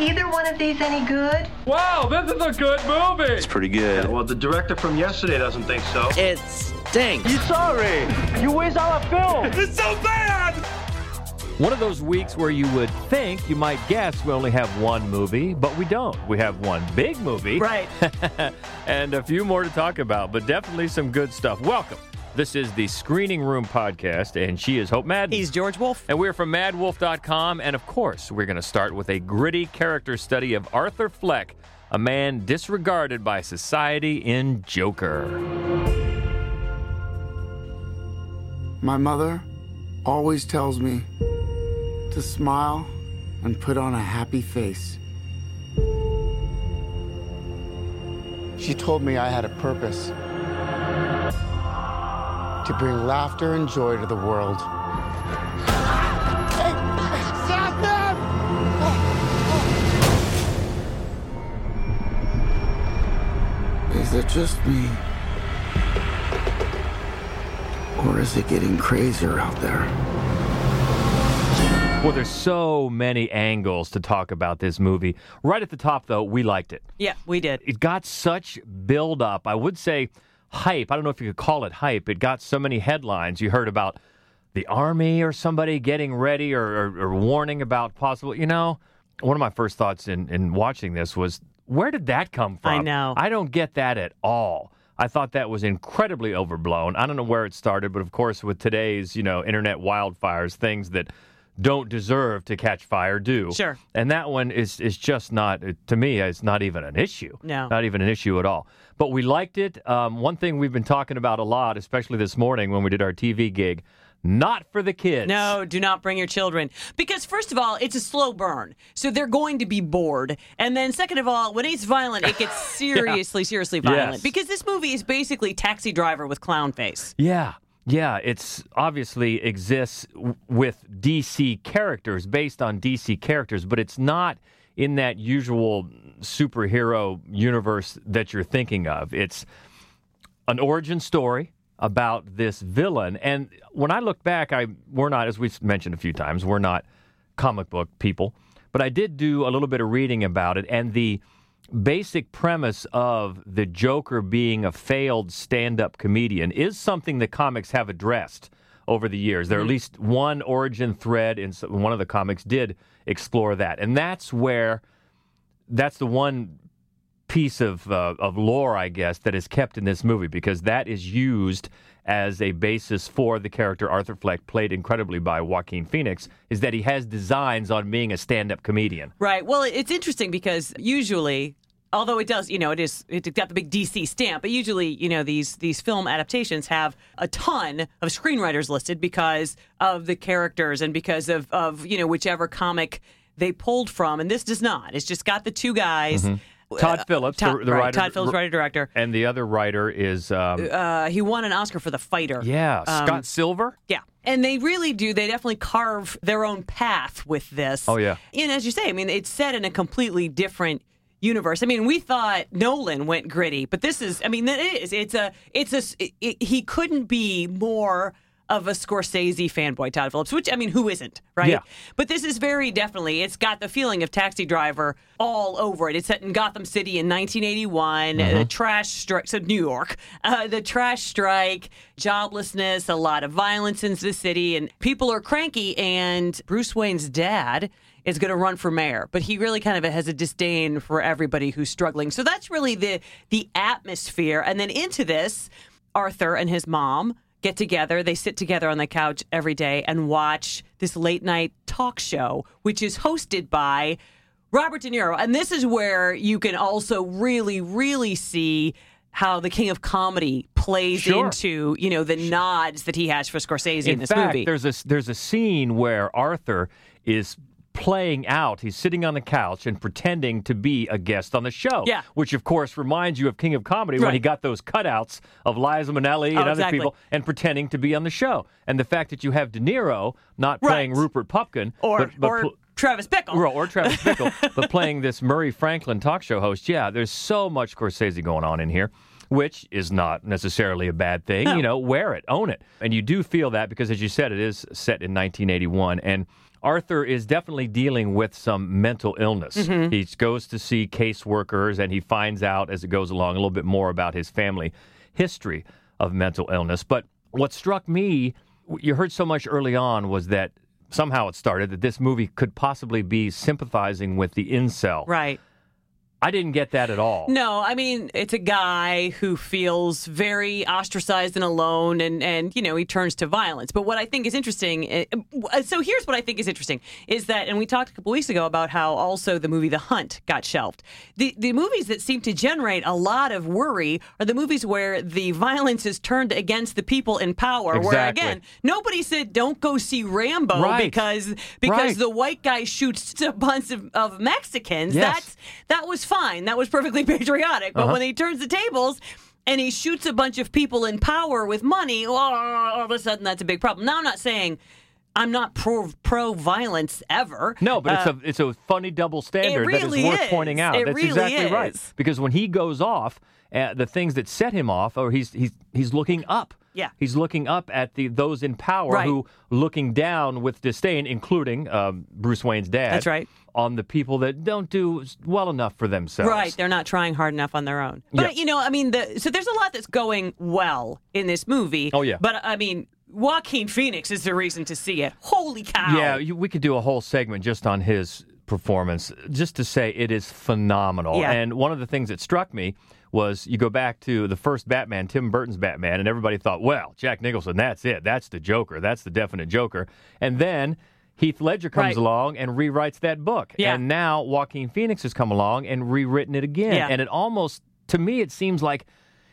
either one of these any good? Wow, this is a good movie. Pretty good. Well, the director from yesterday doesn't think so. It stinks. One of those weeks where you would think you might guess we only have one movie, but we don't. We have one big movie. Right. and a few more to talk about, but definitely some good stuff. Welcome. This is the Screening Room Podcast, and she is Hope Madden. He's George Wolf. and we're from madwolf.com. And of course, we're going to start with a gritty character study of Arthur Fleck, a man disregarded by society in Joker. My mother always tells me to smile and put on a happy face. She told me I had a purpose to bring laughter and joy to the world. Hey, stop them! Is it just me? Or is it getting crazier out there? Well, there's so many angles to talk about this movie. Right at the top, though, we liked it. Yeah, we did. it got such build up. I would say hype. I don't know if you could call it hype. It got so many headlines. You heard about the army or somebody getting ready or, or, or warning about possible. You know, one of my first thoughts in, in watching this was, where did that come from? I know. I don't get that at all. I thought that was incredibly overblown. I don't know where it started, but of course, with today's you know internet wildfires, things that don't deserve to catch fire do. Sure. And that one is is just not to me. It's not even an issue. No. Not even an issue at all. But we liked it. Um, one thing we've been talking about a lot, especially this morning when we did our TV gig, not for the kids. No, do not bring your children. Because, first of all, it's a slow burn. So they're going to be bored. And then, second of all, when it's violent, it gets seriously, seriously violent. Yes. Because this movie is basically Taxi Driver with Clown Face. Yeah. Yeah, it's obviously exists w- with DC characters, based on DC characters, but it's not in that usual superhero universe that you're thinking of. It's an origin story about this villain. And when I look back, I we're not, as we've mentioned a few times, we're not comic book people, but I did do a little bit of reading about it, and the basic premise of the Joker being a failed stand-up comedian is something the comics have addressed over the years. There are at least one origin thread, and one of the comics did explore that, and that's where that's the one piece of uh, of lore, I guess, that is kept in this movie because that is used as a basis for the character Arthur Fleck, played incredibly by Joaquin Phoenix, is that he has designs on being a stand-up comedian. Right. Well, it- it's interesting because usually, although it does, you know, it is it's got the big DC stamp, but usually, you know, these these film adaptations have a ton of screenwriters listed because of the characters and because of of you know whichever comic they pulled from, and this does not. It's just got the two guys. Mm-hmm. Uh, Todd Phillips, Todd, the, the right, writer, Todd Phillips, writer director. and the other writer is um, Uh, um, he won an Oscar for The Fighter. yeah Scott Silver. Yeah. And they really do. They definitely carve their own path with this. Oh, yeah. And as you say, I mean, it's set in a completely different universe. I mean, we thought Nolan went gritty, but this is. I mean, it is. It's a. It's a. s- it- it- he couldn't be more of a Scorsese fanboy, Todd Phillips. Which I mean, who isn't, right? Yeah. But this is very definitely. It's got the feeling of Taxi Driver all over it. It's set in Gotham City in 1981. The trash strike. So New York. Uh, the trash strike, joblessness, a lot of violence in the city, and people are cranky. And Bruce Wayne's dad is going to run for mayor, but he really kind of has a disdain for everybody who's struggling. So that's really the the atmosphere. And then into this, Arthur and his mom get together. They sit together on the couch every day and watch this late night talk show, which is hosted by Robert De Niro. And this is where you can also really, really see how the king of comedy plays Sure. into, you know, the nods that he has for Scorsese in, in this fact, movie. there's a there's a scene where Arthur is playing out. He's sitting on the couch and pretending to be a guest on the show. Yeah. Which of course reminds you of King of Comedy when Right. he got those cutouts of Liza Minnelli and Oh, other exactly. people and pretending to be on the show. And the fact that you have De Niro not Right. playing Rupert Pupkin or but, but or pl- Travis Bickle. Or, or Travis Bickle, but playing this Murray Franklin talk show host. Yeah, there's so much Scorsese going on in here, which is not necessarily a bad thing. You know, wear it, own it. And you do feel that because, as you said, it is set in 1981. And Arthur is definitely dealing with some mental illness. He goes to see caseworkers and he finds out as it goes along a little bit more about his family history of mental illness. But what struck me, w- you heard so much early on, was that somehow it started that this movie could possibly be sympathizing with the incel. Right. I didn't get that at all. No, I mean it's a guy who feels very ostracized and alone, and and you know he turns to violence. But what I think is interesting, uh, so here's what I think is interesting is that, and we talked a couple weeks ago about how also the movie The Hunt got shelved. The the movies that seem to generate a lot of worry are the movies where the violence is turned against the people in power. Where Exactly. again, nobody said don't go see Rambo Right. because because Right. the white guy shoots a bunch of, of Mexicans. Yes. That's that was fine. That was perfectly patriotic. Uh-huh. But when he turns the tables and he shoots a bunch of people in power with money, oh, all of a sudden that's a big problem. Now I'm not saying I'm not pro pro violence ever. No, but Uh, it's a it's a funny double standard really that is worth is. pointing out. It That's really exactly right. is. Because when he goes off, uh, the things that set him off, or he's he's he's looking up. Yeah. he's looking up at the those in power Right. who looking down with disdain, including um, Bruce Wayne's dad. That's right. On the people that don't do s- well enough for themselves. Right, they're not trying hard enough on their own. But Yeah. you know, I mean, the, so there's a lot that's going well in this movie. Oh, yeah. But I mean, Joaquin Phoenix is the reason to see it. Holy cow! Yeah, you, we could do a whole segment just on his performance, just to say it is phenomenal. Yeah. And one of the things that struck me was you go back to the first Batman, Tim Burton's Batman, and everybody thought, well, Jack Nicholson, that's it. That's the Joker. That's the definite Joker. And then. Heath Ledger comes Right. along and rewrites that book. Yeah. And now Joaquin Phoenix has come along and rewritten it again. Yeah. And it almost, to me, it seems like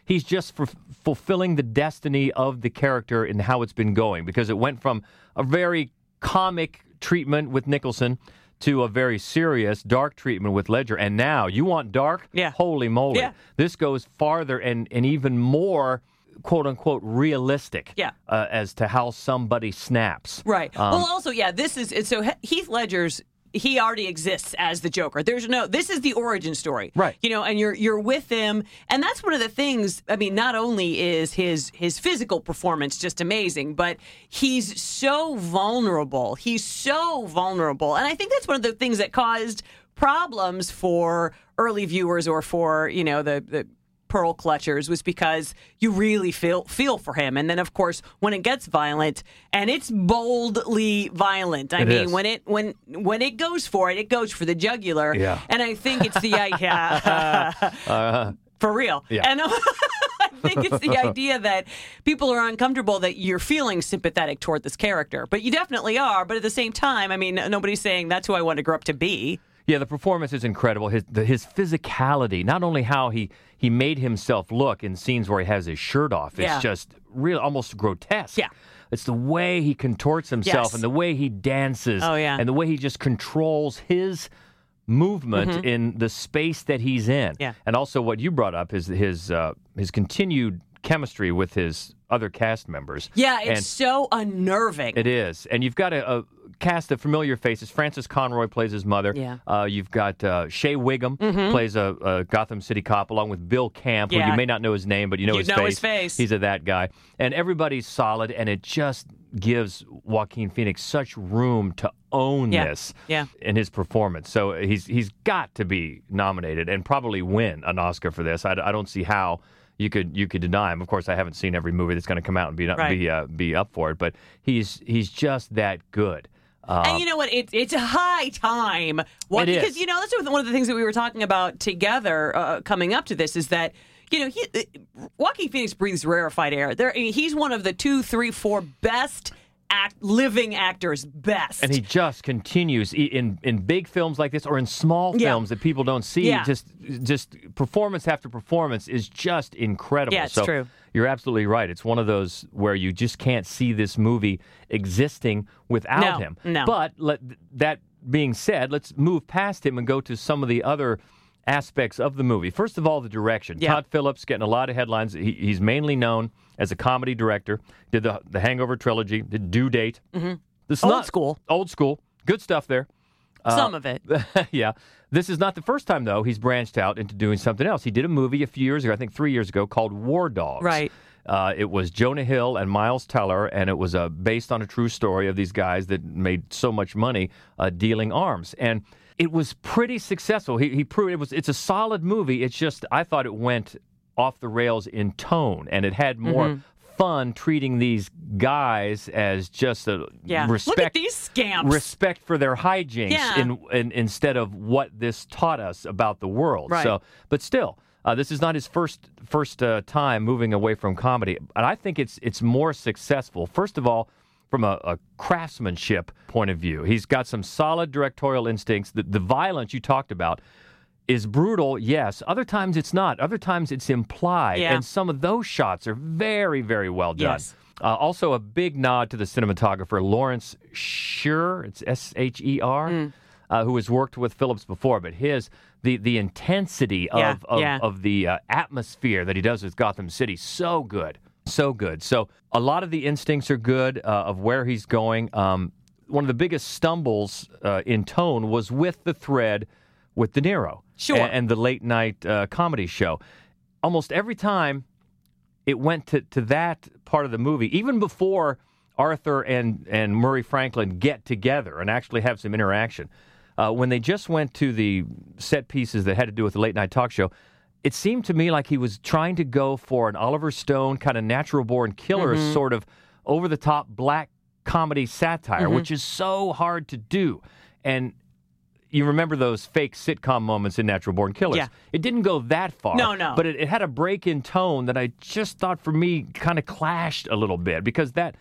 he's just for fulfilling the destiny of the character and how it's been going because it went from a very comic treatment with Nicholson to a very serious dark treatment with Ledger and now you want dark Yeah. holy moly Yeah. this goes farther and and even more quote unquote realistic Yeah. uh, as to how somebody snaps Right. Um, well, also, yeah, this is it's- so He- Heath Ledger's he already exists as the Joker. There's no this is the origin story. Right. You know, and you're you're with him and that's one of the things, I mean, not only is his his physical performance just amazing, but he's so vulnerable. He's so vulnerable. And I think that's one of the things that caused problems for early viewers or for, you know, the the pearl clutchers was because you really feel feel for him and then of course when it gets violent and it's boldly violent i It mean is. when it when when it goes for it it goes for the jugular Yeah. and i think it's the yeah for real Yeah. and I think it's the idea that people are uncomfortable that you're feeling sympathetic toward this character, but you definitely are. But at the same time, I mean, nobody's saying that's who I want to grow up to be. Yeah, the performance is incredible. His the, his physicality, not only how he he made himself look in scenes where he has his shirt off, it's Yeah. just real, almost grotesque. Yeah. It's the way he contorts himself Yes. and the way he dances. Oh, yeah. And the way he just controls his movement in the space that he's in. Mm-hmm. Yeah. And also what you brought up is his uh, his continued chemistry with his other cast members. Yeah, it's And- so unnerving. it is, and you've got a, a cast of familiar faces. Francis Conroy plays his mother. Yeah. Mm-hmm. Uh, you've got uh, Shea Wiggum plays a, a Gotham City cop, along with Bill Camp, who Yeah. you may not know his name, but you know, You his, know face. his face. He's a that guy, and everybody's solid, and it just gives Joaquin Phoenix such room to own Yeah. this Yeah. in his performance. So he's he's got to be nominated and probably win an Oscar for this. I, I don't see how you could you could deny him. Of course, I haven't seen every movie that's going to come out and be not Right. be uh, be up for it, but he's he's just that good. Uh, And you know what? It, it's high time. What, It is. Because you know that's one of the things that we were talking about together uh, coming up to this is that you know he, uh, Joaquin Phoenix breathes rarefied air. There, I mean, he's one of the two, three, four best act, living actors. Best. and he just continues i- in in big films like this or in small Yeah. films that people don't see. Yeah. Just just performance after performance is just incredible. Yeah, it's so true. You're absolutely right. It's one of those where you just can't see this movie existing without No, him. no. But let that being said, let's move past him and go to some of the other aspects of the movie. First of all, the direction. Yeah. Todd Phillips getting a lot of headlines. He, he's mainly known as a comedy director. Did the the Hangover trilogy, did Due Date. Mm-hmm. This is Old not- school. Old school. Good stuff there. uh, Some of it. yeah. This is not the first time, though, he's branched out into doing something else. He did a movie a few years ago, I think three years ago, called War Dogs. Right. Uh, it was Jonah Hill and Miles Teller, and it was uh, based on a true story of these guys that made so much money uh, dealing arms. And it was pretty successful. He, he proved it was. It's a solid movie. It's just I thought it went off the rails in tone, and it had more. Mm-hmm. Fun treating these guys as just a Yeah. respect. Look at these scamps. Respect for their hijinks Yeah. in, in, instead of what this taught us about the world. Right. So, but still, uh, this is not his first first uh, time moving away from comedy, and I think it's it's more successful. First of all. From a, a craftsmanship point of view, he's got some solid directorial instincts. The, the violence you talked about is brutal, yes. Other times it's not. Other times it's implied, Yeah. and some of those shots are very, very well done. Yes. Uh, also, a big nod to the cinematographer Lawrence Sher. It's S H E Mm. R. Uh, who has worked with Phillips before, but his the the intensity of Yeah, of, yeah. of the uh, atmosphere that he does with Gotham City, so good, so good. So a lot of the instincts are good uh, of where he's going. Um, one of the biggest stumbles uh, in tone was with the thread with De Niro, Sure. a- and, the late night uh, comedy show. Almost every time it went to, to that part of the movie, even before Arthur and, and Murray Franklin get together and actually have some interaction. Uh, when they just went to the set pieces that had to do with the late night talk show, it seemed to me like he was trying to go for an Oliver Stone kind of natural born killer, Mm-hmm. sort of over the top black comedy satire, Mm-hmm. which is so hard to do. And you remember those fake sitcom moments in Natural Born Killers. Yeah. It didn't go that far. No, no. But it, it had a break in tone that I just thought for me kind of clashed a little bit because that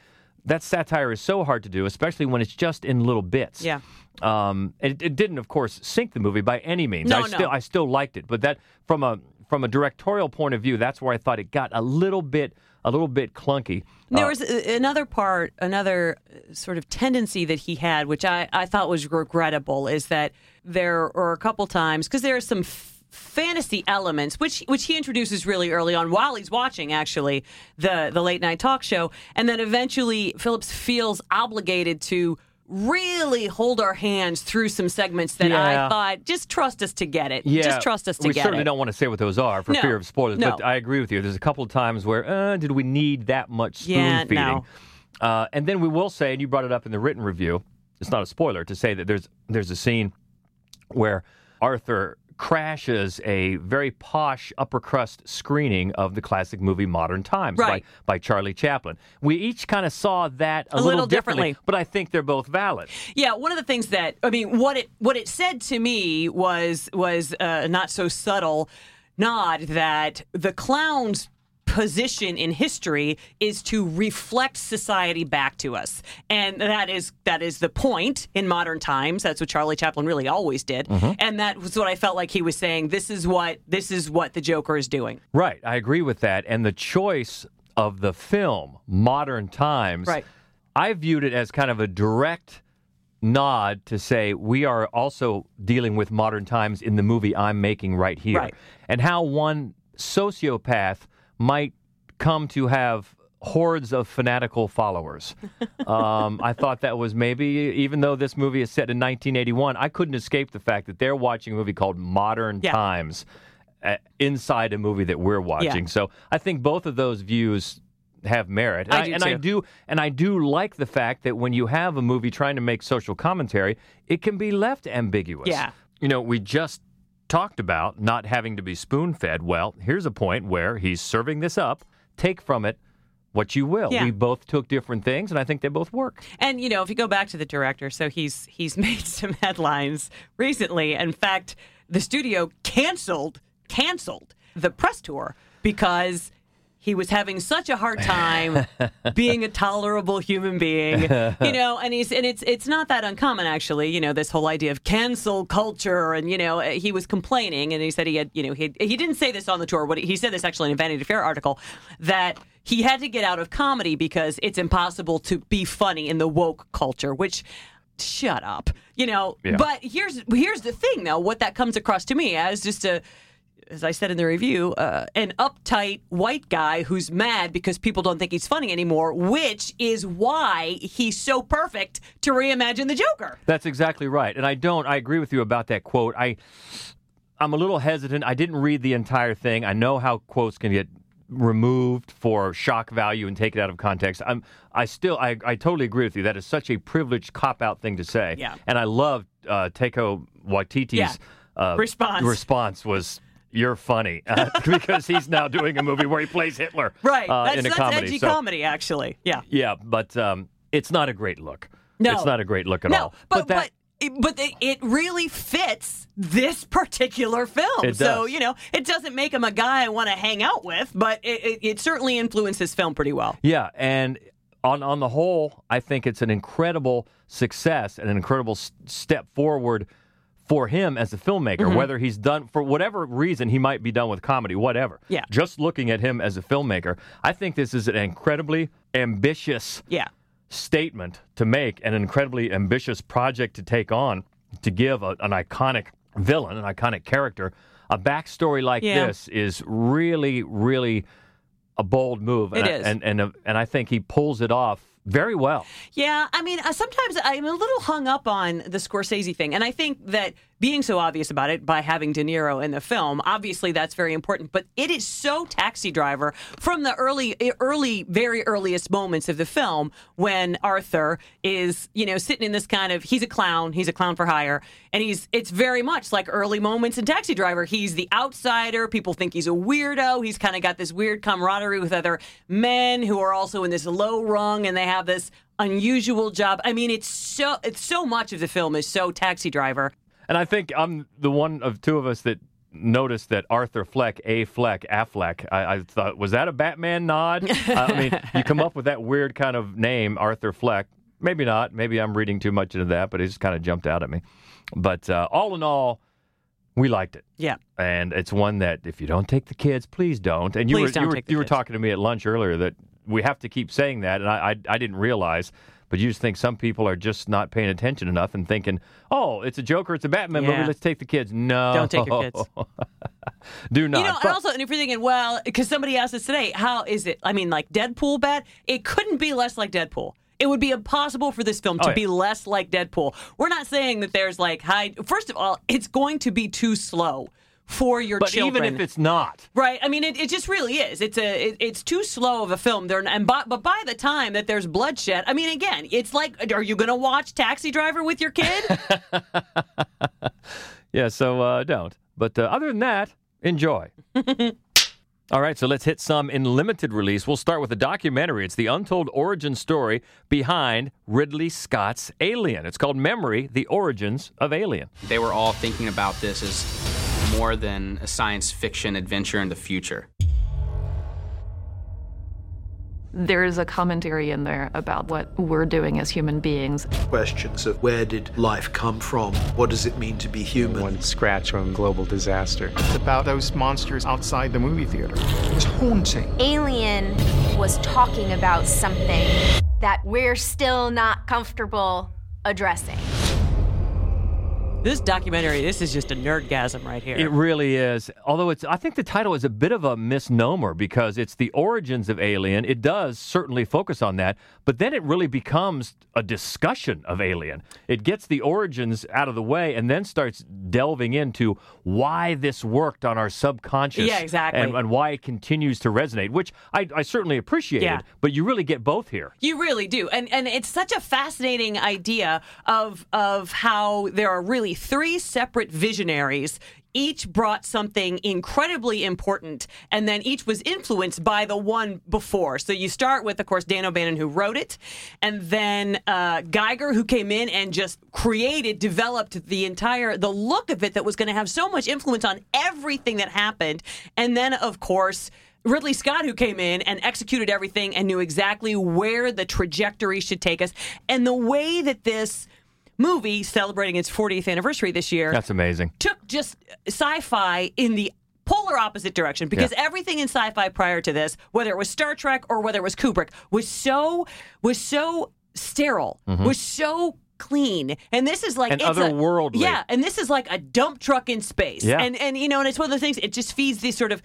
that satire is so hard to do, especially when it's just in little bits. Yeah. Um, it, it didn't, of course, sink the movie by any means. No, I no. still I still liked it, but that from a from a directorial point of view, that's where I thought it got a little bit a little bit clunky. There was a- another part, another uh, sort of tendency that he had, which I, I thought was regrettable, is that there are a couple times because there are some f- fantasy elements which which he introduces really early on while he's watching actually the the late night talk show, and then eventually Phillips feels obligated to really hold our hands through some segments that I Yeah. thought just trust us to get it, Yeah, just trust us to we get certainly it. don't want to say what those are for No, fear of spoilers. But no. I agree with you. There's a couple of times where uh, did we need that much spoon Yeah, feeding? no. Uh, and then we will say, and you brought it up in the written review. It's not a spoiler to say that there's there's a scene where Arthur crashes a very posh upper crust screening of the classic movie Modern Times Right. by, by Charlie Chaplin. We each kind of saw that a, A little differently. but I think they're both valid. Yeah, one of the things that I mean, what it what it said to me was was a not so subtle nod that the clown's position in history is to reflect society back to us, and that is that is the point in modern times. That's what Charlie Chaplin really always did, and that was what I felt like he was saying. This is what this is what the Joker is doing. Right, I agree with that. And the choice of the film, Modern Times, Right. I viewed it as kind of a direct nod to say we are also dealing with modern times in the movie I'm making right here. Right. And how one sociopath might come to have hordes of fanatical followers. um, I thought that was maybe, even though this movie is set in 1981, I couldn't escape the fact that they're watching a movie called Modern Yeah. Times uh, inside a movie that we're watching. So I think both of those views have merit. And I do and I too. do and I do like the fact that when you have a movie trying to make social commentary, it can be left ambiguous. Yeah. You know, we just talked about not having to be spoon-fed. Well, here's a point where he's serving this up. Take from it what you will. Yeah. We both took different things and I think they both work. And you know, if you go back to the director, so he's he's made some headlines recently. In fact, the studio canceled canceled the press tour because he was having such a hard time being a tolerable human being, you know. And he's and it's it's not that uncommon actually, you know, this whole idea of cancel culture. And you know, he was complaining, and he said he had, you know, he had, he didn't say this on the tour. What he- he said this actually in a Vanity Fair article that he had to get out of comedy because it's impossible to be funny in the woke culture, which shut up. You know, Yeah. but here's here's the thing though, what that comes across to me as just a as I said in the review, uh, an uptight white guy who's mad because people don't think he's funny anymore, which is why he's so perfect to reimagine the Joker. That's exactly right. And I don't I agree with you about that quote. I I'm a little hesitant. I didn't read the entire thing. I know how quotes can get removed for shock value and take it out of context. I'm I still I, I totally agree with you. That is such a privileged cop out thing to say. Yeah. And I love uh, Teiko Waititi's Yeah. uh, Response. Response was. You're funny uh, because he's now doing a movie where he plays Hitler, Right. Uh, that's in a that's comedy. edgy So, comedy, actually. Yeah. Yeah, but um, it's not a great look. No. it's not a great look at No, all. but that, but it, but it- it really fits this particular film. It So does. you know, it doesn't make him a guy I want to hang out with, but it, it, it certainly influenced this film pretty well. Yeah, and on on the whole, I think it's an incredible success and an incredible s- step forward for him as a filmmaker. Whether he's done for whatever reason he might be done with comedy, whatever. Yeah. Just looking at him as a filmmaker, I think this is an incredibly ambitious Yeah. statement to make, an incredibly ambitious project to take on, to give a, an iconic villain, an iconic character, a backstory like Yeah. this is really, really a bold move. and It I- is. and and and I think he pulls it off very well. Yeah, I mean, uh, sometimes I'm a little hung up on the Scorsese thing, and I think that being so obvious about it by having De Niro in the film, obviously that's very important. But it is so Taxi Driver from the early, e, early, very earliest moments of the film when Arthur is, you know, sitting in this kind of he's a clown, he's a clown for hire, and he's it's very much like early moments in Taxi Driver. He's the outsider, people think he's a weirdo. He's kind of got this weird camaraderie with other men who are also in this low rung, and they have this unusual job. I mean, it's so it's so much of the film is so Taxi Driver. And I think I'm the one of two of us that noticed that Arthur Fleck, A. Fleck, Affleck. I, I thought, was that a Batman nod? I I mean, you come up with that weird kind of name, Arthur Fleck. Maybe not. Maybe I'm reading too much into that, but it just kind of jumped out at me. But uh, all in all, we liked it. Yeah. And it's one that if you don't take the kids, please don't. And you Please were don't you, were, take the you were kids. talking to me at lunch earlier that we have to keep saying that, and I, I I didn't realize, but you just think some people are just not paying attention enough and thinking, oh, it's a Joker, it's a Batman Yeah. movie, let's take the kids. No, Don't take your kids. Do not. You know, But- and also, and if you're thinking, well, because somebody asked us today, how is it? I mean, like Deadpool bad? It couldn't be less like Deadpool. It would be impossible for this film to Oh, yeah. be less like Deadpool. We're not saying that there's like high. First of all, it's going to be too slow for your but children. even if it's not, Right. I mean, it, it just really is. It's a it, it's too slow of a film. There and by, but by the time that there's bloodshed, I mean, again, it's like, are you going to watch Taxi Driver with your kid? yeah. So uh, don't. But uh, other than that, enjoy. All right, so let's hit some in limited release. We'll start with a documentary. It's the untold origin story behind Ridley Scott's Alien. It's called Memory: The Origins of Alien. They were all thinking about this as more than a science fiction adventure in the future. there is a commentary in there about what we're doing as human beings. questions of where did life come from? What does it mean to be human? one scratch from global disaster. It's about those monsters outside the movie theater. It's haunting. alien was talking about something that we're still not comfortable addressing. this documentary, this is just a nerdgasm right here. It really is. Although it's, I think the title is a bit of a misnomer because it's the origins of Alien. It does certainly focus on that, but then it really becomes a discussion of Alien. It gets the origins out of the way and then starts delving into why this worked on our subconscious. Yeah, exactly. And, and why it continues to resonate, which I, I certainly appreciated. Yeah. But you really get both here. You really do, and and it's such a fascinating idea of of how there are really three separate visionaries. Each brought something incredibly important, and then each was influenced by the one before. So you start with, of course, Dan O'Bannon, who wrote it, and then uh, Geiger, who came in and just created, developed the entire the look of it that was going to have so much influence on everything that happened, and then of course. Ridley Scott, who came in and executed everything and knew exactly where the trajectory should take us. And the way that this movie, celebrating its 40th anniversary this year, That's amazing. took just sci fi in the polar opposite direction because everything in sci-fi prior to this whether it was Star Trek or whether it was Kubrick was so was so sterile was so clean and this is like Mm-hmm. And it's a- otherworldly. yeah and this is like a dump truck in space Yeah. and and you know and it's one of those things it just feeds these sort of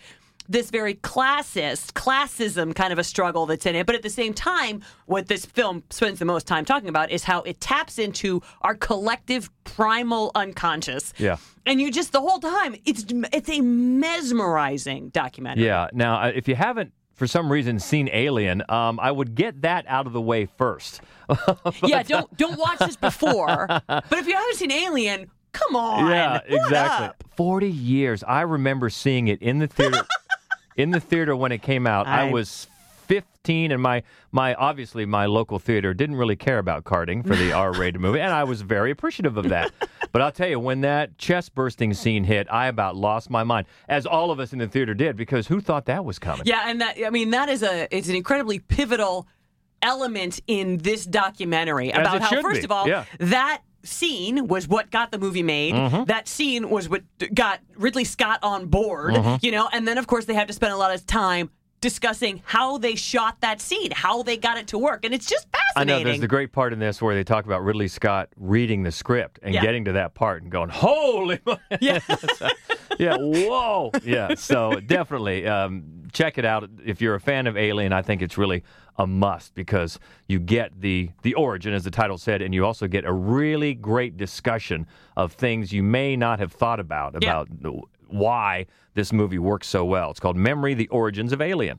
this very classist, classism kind of a struggle that's in it. But at the same time, what this film spends the most time talking about is how it taps into our collective primal unconscious. Yeah. And you just the whole time it's it's a mesmerizing documentary. Yeah. Now, I- if you haven't for some reason seen Alien, um, I would get that out of the way first. yeah, don't don't watch this before. but if you haven't seen Alien, come on. Yeah, What exactly. up? Forty years. I remember seeing it in the theater. in the theater when it came out, I, I- was fifteen, and my my obviously my local theater didn't really care about carding for the R-rated movie, and I was very appreciative of that. But I'll tell you, when that chest bursting scene hit, I about lost my mind, as all of us in the theater did, because who thought that was coming? Yeah, and that I mean that is a it's an incredibly pivotal element in this documentary As about it how should first be, of all yeah. Mm-hmm. that scene was what got the movie made. That scene was what got Ridley Scott on board, Mm-hmm. you know, and then of course they have to spend a lot of time discussing how they shot that scene, how they got it to work, and it's just I fascinating. know there's the great part in this where they talk about Ridley Scott reading the script and Yeah. getting to that part and going, "Holy!" mo-" Yeah. yeah, whoa, yeah. So definitely um, check it out if you're a fan of Alien. I think it's really a must because you get the the origin, as the title said, and you also get a really great discussion of things you may not have thought about about the- why this movie works so well. It's called Memory: The Origins of Alien.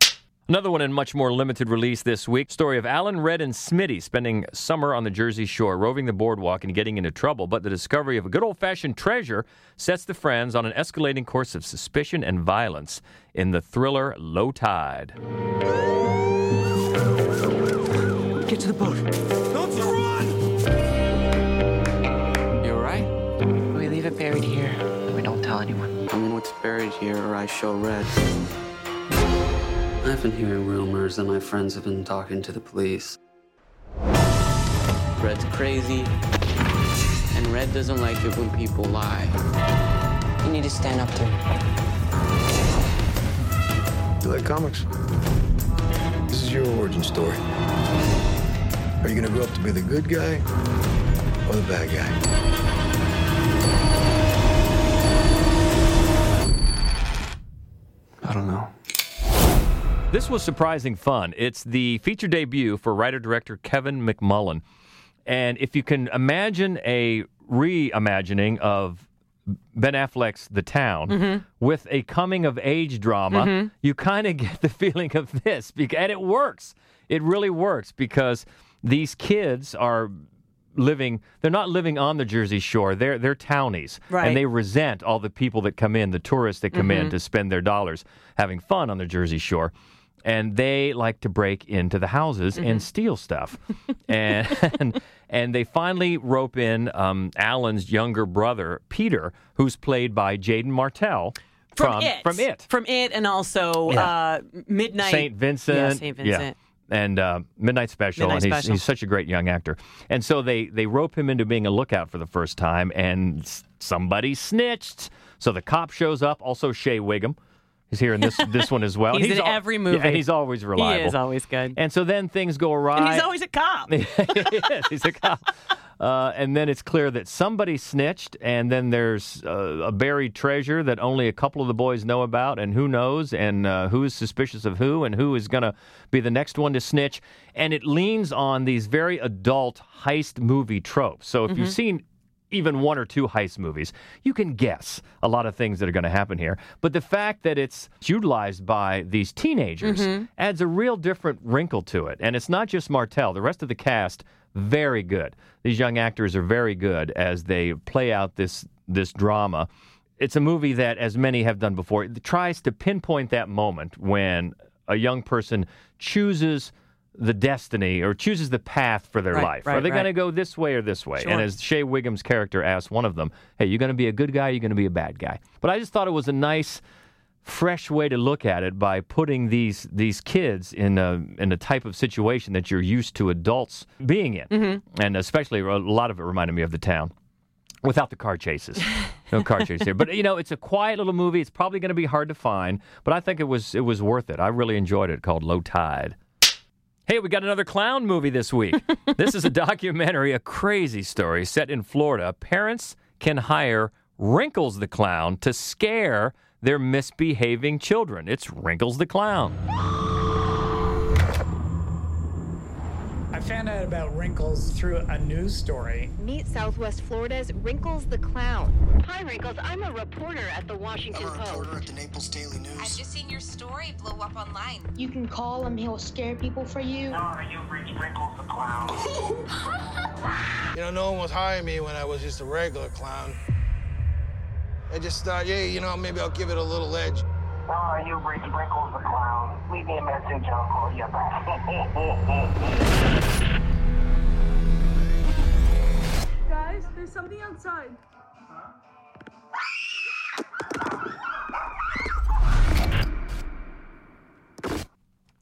Another one in much more limited release this week. Story of Alan Red and Smitty spending summer on the Jersey Shore, roving the boardwalk and getting into trouble. But the discovery of a good old fashioned treasure sets the friends on an escalating course of suspicion and violence in the thriller Low Tide. Get to the boat. You alright? We leave it buried here. We don't tell anyone. I mean, what's buried here or I show red. I've been hearing rumors that my friends have been talking to the police. Red's crazy, and Red doesn't like it when people lie. You need to stand up to him. You like comics? This is your origin story. Are you gonna grow up to be the good guy or the bad guy? I don't know. This was surprising fun. It's the feature debut for writer director Kevin McMullen. And if you can imagine a reimagining of Ben Affleck's The Town Mhm. with a coming of age drama, Mhm. you kind of get the feeling of this. bec- And it works. It really works because these kids are living they're not living on the jersey shore they're they're townies Right. and they resent all the people that come in the tourists that come in Mm-hmm. Mhm. to spend their dollars having fun on the jersey shore and they like to break into the houses Mm-hmm. and steal stuff and, and and they finally rope in um, alan's younger brother peter who's played by jaden martell from, it. from it From it and also Yeah. uh, Midnight Saint Vincent. Yeah, Saint Vincent. And uh, Midnight Special, Midnight and he's, Special. he's such a great young actor. And so they they rope him into being a lookout for the first time, and s- somebody snitched. So the cop shows up. Also, Shea Wiggum is here in this this one as well. He's in al- every yeah, movie. and he's always He reliable. is always good. And so then things go awry. And he's always a cop. yes, he's a cop. Uh, and then it's clear that somebody snitched, and then there's uh, a buried treasure that only a couple of the boys know about, and who knows, and uh, who is suspicious of who, and who is going to be the next one to snitch. And it leans on these very adult heist movie tropes. So if you've Mhm. seen even one or two heist movies, you can guess a lot of things that are going to happen here. But the fact that it's utilized by these teenagers Mhm. adds a real different wrinkle to it. And it's not just Martel, the rest of the cast, very good. These young actors are very good as they play out this this drama. It's a movie that, as many have done before, it tries to pinpoint that moment when a young person chooses the destiny or chooses the path for their Right, life. right, are they right. going to go this way or this way? Sure. And as Shea Wiggum's character asked one of them, "Hey, you going to be a good guy? You're going to be a bad guy?" But I just thought it was a nice, fresh way to look at it by putting these these kids in a in a type of situation that you're used to adults being in, and especially a lot of it reminded me of the town. Without the car chases, no car chase here. But you know, it's a quiet little movie. It's probably going to be hard to find, but I think it was it was worth it. I really enjoyed it. Called Low Tide. Hey, we got another clown movie this week. this is a documentary, a crazy story set in Florida. Parents can hire Wrinkles the Clown to scare their misbehaving children. It's Wrinkles the Clown. I found out about Wrinkles through a news story. Meet Southwest Florida's Wrinkles the Clown. Hi, Wrinkles. I'm a reporter at the Washington I'm a Post. reporter at the Naples Daily News. I've just seen your story blow up online. You can call him. He'll scare people for you. Sorry, you reached Wrinkles the Clown. you know, no one was hiring me when I was just a regular clown. I just thought, hey, you know, maybe I'll give it a little edge. Sorry, Oh, you reached Wrinkles the Clown. Leave me a message. I'll call you back. Guys, there's something outside.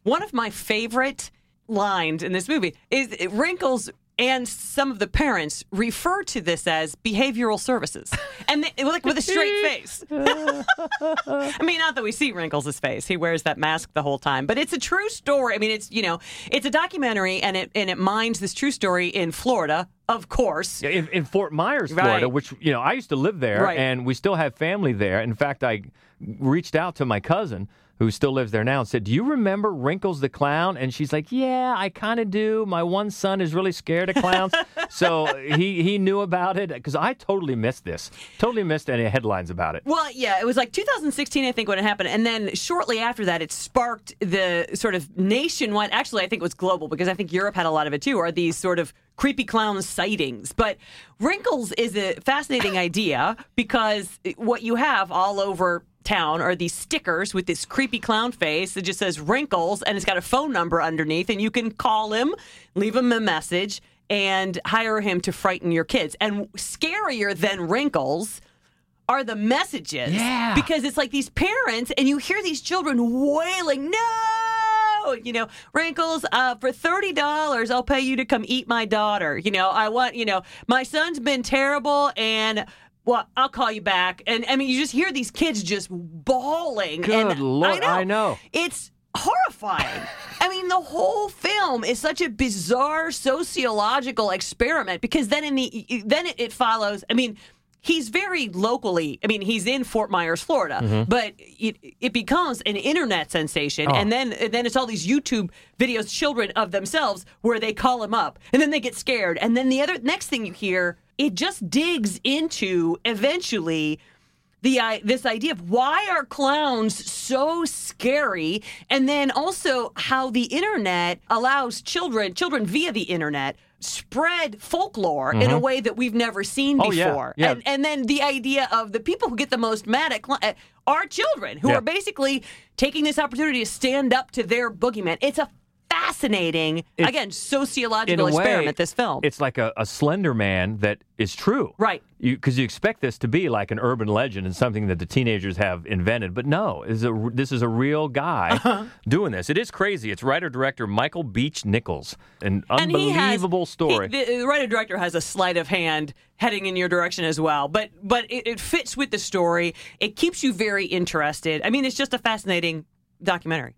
One of my favorite lines in this movie is Wrinkles and some of the parents refer to this as behavioral services, and they, like with a straight face. I mean, not that we see Wrinkles' face; he wears that mask the whole time. But it's a true story. I mean, it's you know, it's a documentary, and it and it mines this true story in Florida, of course. Yeah, in, in Fort Myers, Florida, Right. which you know I used to live there, Right. and we still have family there. In fact, I reached out to my cousin who still lives there now and said, "Do you remember Wrinkles the Clown?" And she's like, "Yeah, I kind of do. My one son is really scared of clowns, so he he knew about it because I totally missed this, totally missed any headlines about it." Well, yeah, it was like 2016, I think, when it happened, and then shortly after that, it sparked the sort of nationwide. Actually, I think it was global because I think Europe had a lot of it too. Are these sort of creepy clown sightings? But wrinkles is a fascinating idea because what you have all over town are these stickers with this creepy clown face that just says wrinkles and it's got a phone number underneath and you can call him leave him a message and hire him to frighten your kids and scarier than wrinkles are the messages. Yeah. Because it's like these parents, and you hear these children wailing, no! You know, wrinkles, uh, for $30, I'll pay you to come eat my daughter. You know, I want, you know, my son's been terrible and. Well, I'll call you back, and I mean, you just hear these kids just bawling. Good and Lord, I I know. it's horrifying. I mean, the whole film is such a bizarre sociological experiment because then in the then it, it follows. I mean, he's very locally. I mean, he's in Fort Myers, Florida, Mhm. but it it becomes an internet sensation, Oh. and then and then it's all these YouTube videos, children of themselves, where they call him up, and then they get scared, and then the other next thing you hear, it just digs into eventually the I this idea of why are clowns so scary and then also how the internet allows children children via the internet spread folklore in Mhm. a way that we've never seen Oh, before yeah, yeah. And, and then the idea of the people who get the most mad at cli- at are children who Yeah. are basically taking this opportunity to stand up to their boogeyman it's a fascinating It- again in sociological a experiment way, this film It's like a, a Slender Man that is true, Right. Because you, expect this to be like an urban legend and something that the teenagers have invented, but no, is a r this is a real guy Uh-huh. doing this. It is crazy. It's writer director Michael Beach Nichols, an And he has- unbelievable story. he- the writer director has a sleight of hand heading in your direction as well, but but it, it fits with the story. It keeps you very interested. I mean, it's just a fascinating documentary.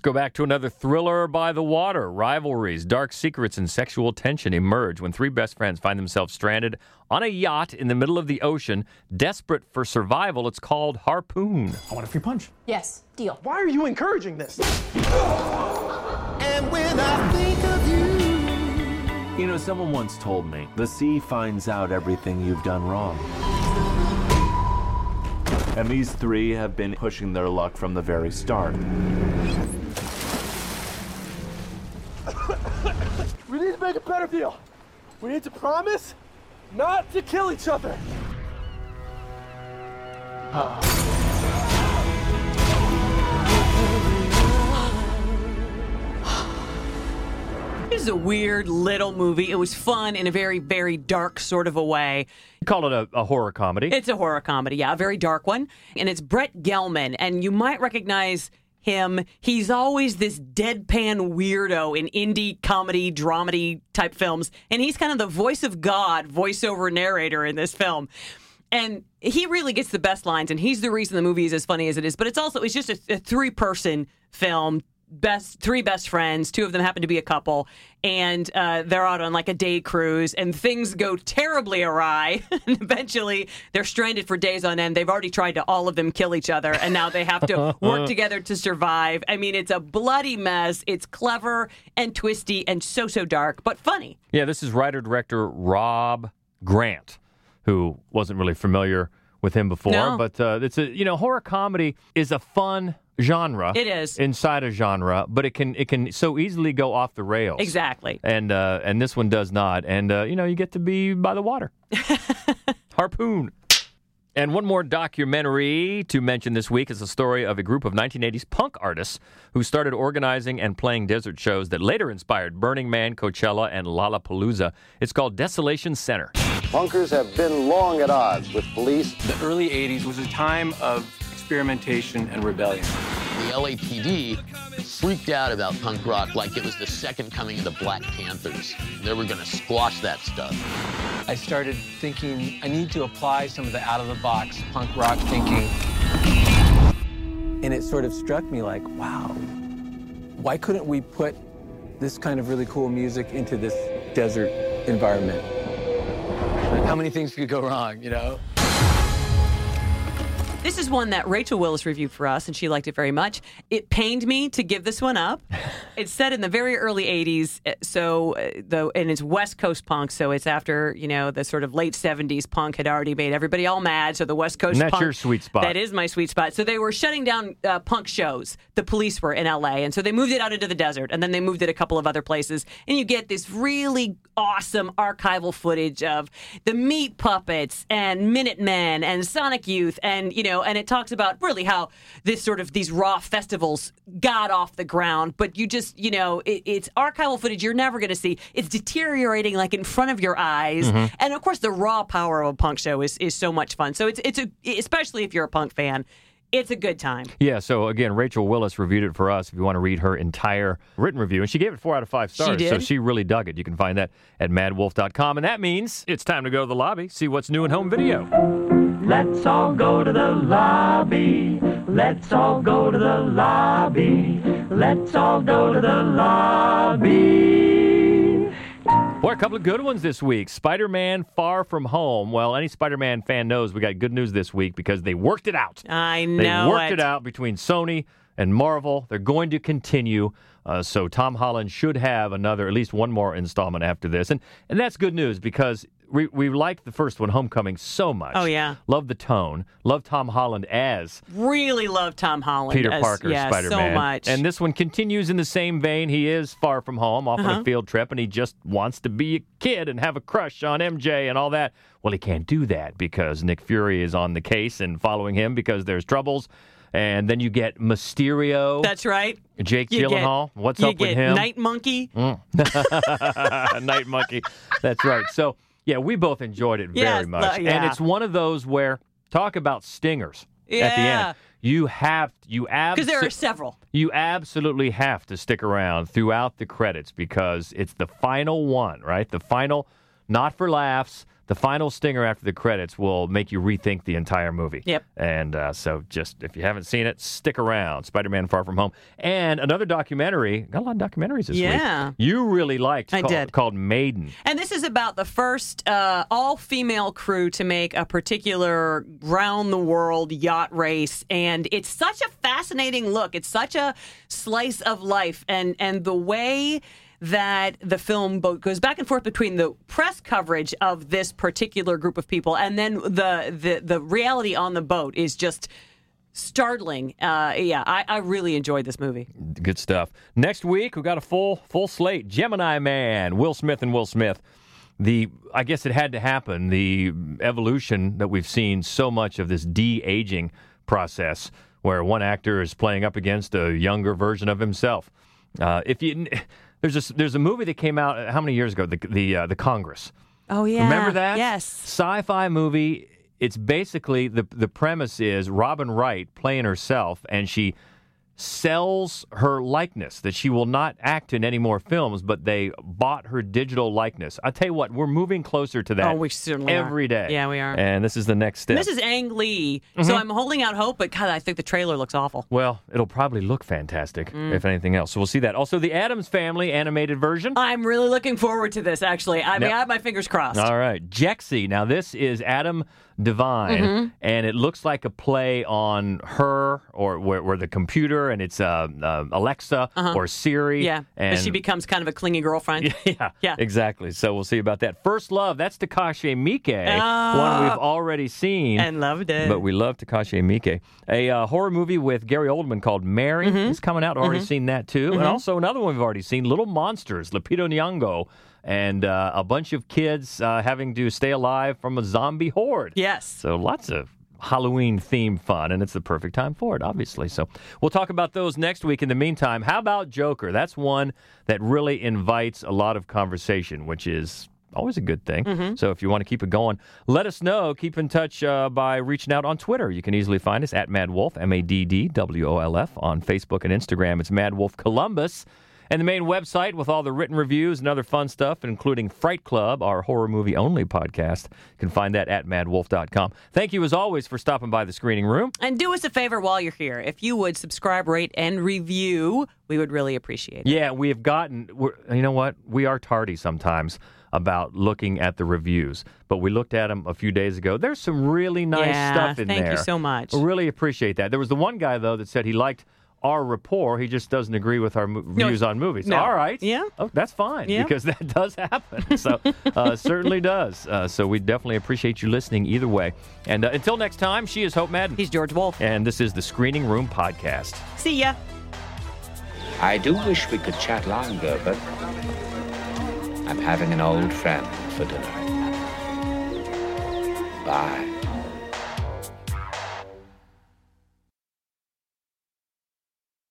Let's go back to another thriller by the water. Rivalries, dark secrets, and sexual tension emerge when three best friends find themselves stranded on a yacht in the middle of the ocean, desperate for survival. It's called Harpoon. I want a free punch. Yes, deal. Why are you encouraging this? And when I think of you. You know, someone once told me the sea finds out everything you've done wrong. And these three have been pushing their luck from the very start. We need to make a better deal. We need to promise not to kill each other. This is a weird little movie. It was fun in a very very dark sort of a way. You call it a, a horror comedy. It's a horror comedy, yeah, a very dark one. And it's Brett Gelman, and you might recognize him. He's always this deadpan weirdo in indie comedy, dramedy type films, and he's kind of the voice of God, voiceover narrator in this film. And he really gets the best lines, and he's the reason the movie is as funny as it is. But it's also it's just a, a three person film. best three best friends. Two of them happen to be a couple, and uh, they're out on like a day cruise, and things go terribly awry. and eventually, they're stranded for days on end. They've already tried to all of them kill each other, and now they have to work together to survive. I mean, it's a bloody mess. It's clever and twisty and so so dark, but funny. Yeah, this is writer director Rob Grant, who wasn't really familiar with him before, No. but uh, it's a you know horror comedy is a fun genre. It is. inside a genre, but it can it can so easily go off the rails. Exactly. And uh, and this one does not. And uh, you know you get to be by the water, harpoon. And one more documentary to mention this week is the story of a group of 1980s punk artists who started organizing and playing desert shows that later inspired Burning Man, Coachella, and Lollapalooza. It's called Desolation Center. Punkers have been long at odds with police. The early 80s was a time of experimentation and rebellion. The LAPD freaked out about punk rock like it was the second coming of the Black Panthers. They were going to squash that stuff. I started thinking I need to apply some of the out of the box punk rock thinking. And it sort of struck me like, wow, why couldn't we put this kind of really cool music into this desert environment? How many things could go wrong, you know? This is one that Rachel Willis reviewed for us, and she liked it very much. It pained me to give this one up. it's set in the very early '80s, eh, so uh, though, and it's West Coast punk, so it's after you know the sort of late '70s punk had already made everybody all mad. So the West Coast And that's punk- your sweet spot. That is my sweet spot. So they were shutting down uh, punk shows. The police were in L.A., and so they moved it out into the desert, and then they moved it a couple of other places, and you get this really awesome archival footage of the Meat Puppets and Minutemen and Sonic Youth, and you know, and it talks about really how this sort of these raw festivals got off the ground, but you just you know, it, it's archival footage you're never going to see. It's deteriorating like in front of your eyes, Mm-hmm. Mhm. and of course the raw power of a punk show is is so much fun. So it's it's a especially if you're a punk fan, it's a good time. Yeah, so again, Rachel Willis reviewed it for us if you want to read her entire written review. And she gave it four out of five stars. So did? she really dug it. You can find that at madwolf.com. And that means it's time to go to the lobby, see what's new in home video. Let's all go to the lobby. Let's all go to the lobby. Let's all go to the lobby. Boy, a couple of good ones this week. Spider Man Far From Home. Well, any Spider Man fan knows we got good news this week because they worked it out. I They know worked it out between Sony and Marvel. They're going to continue. Uh, so Tom Holland should have another, at least one more installment after this, and and that's good news because we we liked the first one, Homecoming, so much. Oh, yeah. love the tone, love Tom Holland as Really love Tom Holland. Peter as- Parker, yeah, Spider Man. so much. And this one continues in the same vein. He is far from home, off on Uh-huh. a field trip, and he just wants to be a kid and have a crush on MJ and all that. Well, he can't do that because Nick Fury is on the case and following him because there's troubles. And then you get Mysterio. That's right. Jake You get- Gyllenhaal. What's you up with get him? Mm-hmm. Night Monkey. Mm. Night Monkey. That's right. So, yeah, we both enjoyed it very Yes, much. uh, And yeah. it's one of those where talk about stingers at the Yeah. end. You have you Because there are absolutely several. you absolutely have to stick around throughout the credits because it's the final one, right? The final not for laughs. The final stinger after the credits will make you rethink the entire movie. Yep. And uh, so, just if you haven't seen it, stick around. Spider Man Far From Home. And another documentary, got a lot of documentaries this week. Yeah. You really liked I called, did. called Maiden. And this is about the first uh, all female crew to make a particular round the world yacht race. And it's such a fascinating look. It's such a slice of life. And, and the way that the film bo- goes back and forth between the press coverage of this particular group of people and then the, the, the reality on the boat is just startling. Uh, yeah, I, I really enjoyed this movie. Good stuff. Next week we got a full full slate. Gemini Man, Will Smith and Will Smith. The I guess it had to happen. The evolution that we've seen so much of this de aging process, where one actor is playing up against a younger version of himself. Uh, if you there's a there's a movie that came out uh, how many years ago? The the uh, the Congress. Oh, yeah. Remember that? Yes. Sci-fi movie. It's basically the the premise is Robin Wright playing herself, and she sells her likeness, that she will not act in any more films, but they bought her digital likeness. I tell you what, we're moving closer to that Oh, we certainly are. every day. Yeah, we are. And this is the next step. And This is Ang Lee. Mm-hmm. So I'm holding out hope, but God, I think the trailer looks awful. Well, it'll probably look fantastic, Mm. if anything else. So we'll see that. Also, the Adams Family animated version. I'm really looking forward to this, actually. I mean, Now- I have my fingers crossed. All right. Jexy. Now, this is Adam Devine, Mhm. and it looks like a play on her or where, where the computer and it's uh, uh, Alexa Uh-huh. or Siri. Yeah. And but she becomes kind of a clingy girlfriend. Yeah. Yeah. Exactly. So we'll see about that. First Love, that's Takashi Miike, one Ah. we've already seen. And loved it. But we love Takashi Miike. A uh, horror movie with Gary Oldman called Mary is coming out. Already Mhm. seen that too. Mhm. And also another one we've already seen, Little Monsters, Lepido Nyong'o, and uh, a bunch of kids uh, having to stay alive from a zombie horde. Yes. So lots of Halloween themed fun, and it's the perfect time for it, obviously. So we'll talk about those next week. In the meantime, how about Joker? That's one that really invites a lot of conversation, which is always a good thing. Mhm. So if you want to keep it going, let us know. Keep in touch uh, by reaching out on Twitter. You can easily find us at Mad Wolf, M A D D W O L F, on Facebook and Instagram. It's Mad Wolf Columbus. And the main website with all the written reviews and other fun stuff, including Fright Club, our horror movie only podcast. You can find that at madwolf.com. Thank you, as always, for stopping by the screening room. And do us a favor while you're here. If you would subscribe, rate, and review, we would really appreciate it. Yeah, we have gotten, we're, you know what? We are tardy sometimes about looking at the reviews, but we looked at them a few days ago. There's some really nice Yeah, stuff in thank there. you so much. Really appreciate that. There was the one guy, though, that said he liked our rapport. He just doesn't agree with our mo- views on movies. no. All right. Yeah. Oh, that's fine Yeah. because that does happen. So uh, certainly does. Uh, so we definitely appreciate you listening either way. And uh, until next time, she is Hope Madden. He's George Wolf. And this is the Screening Room Podcast. See ya. I do wish we could chat longer, but I'm having an old friend for dinner. Bye.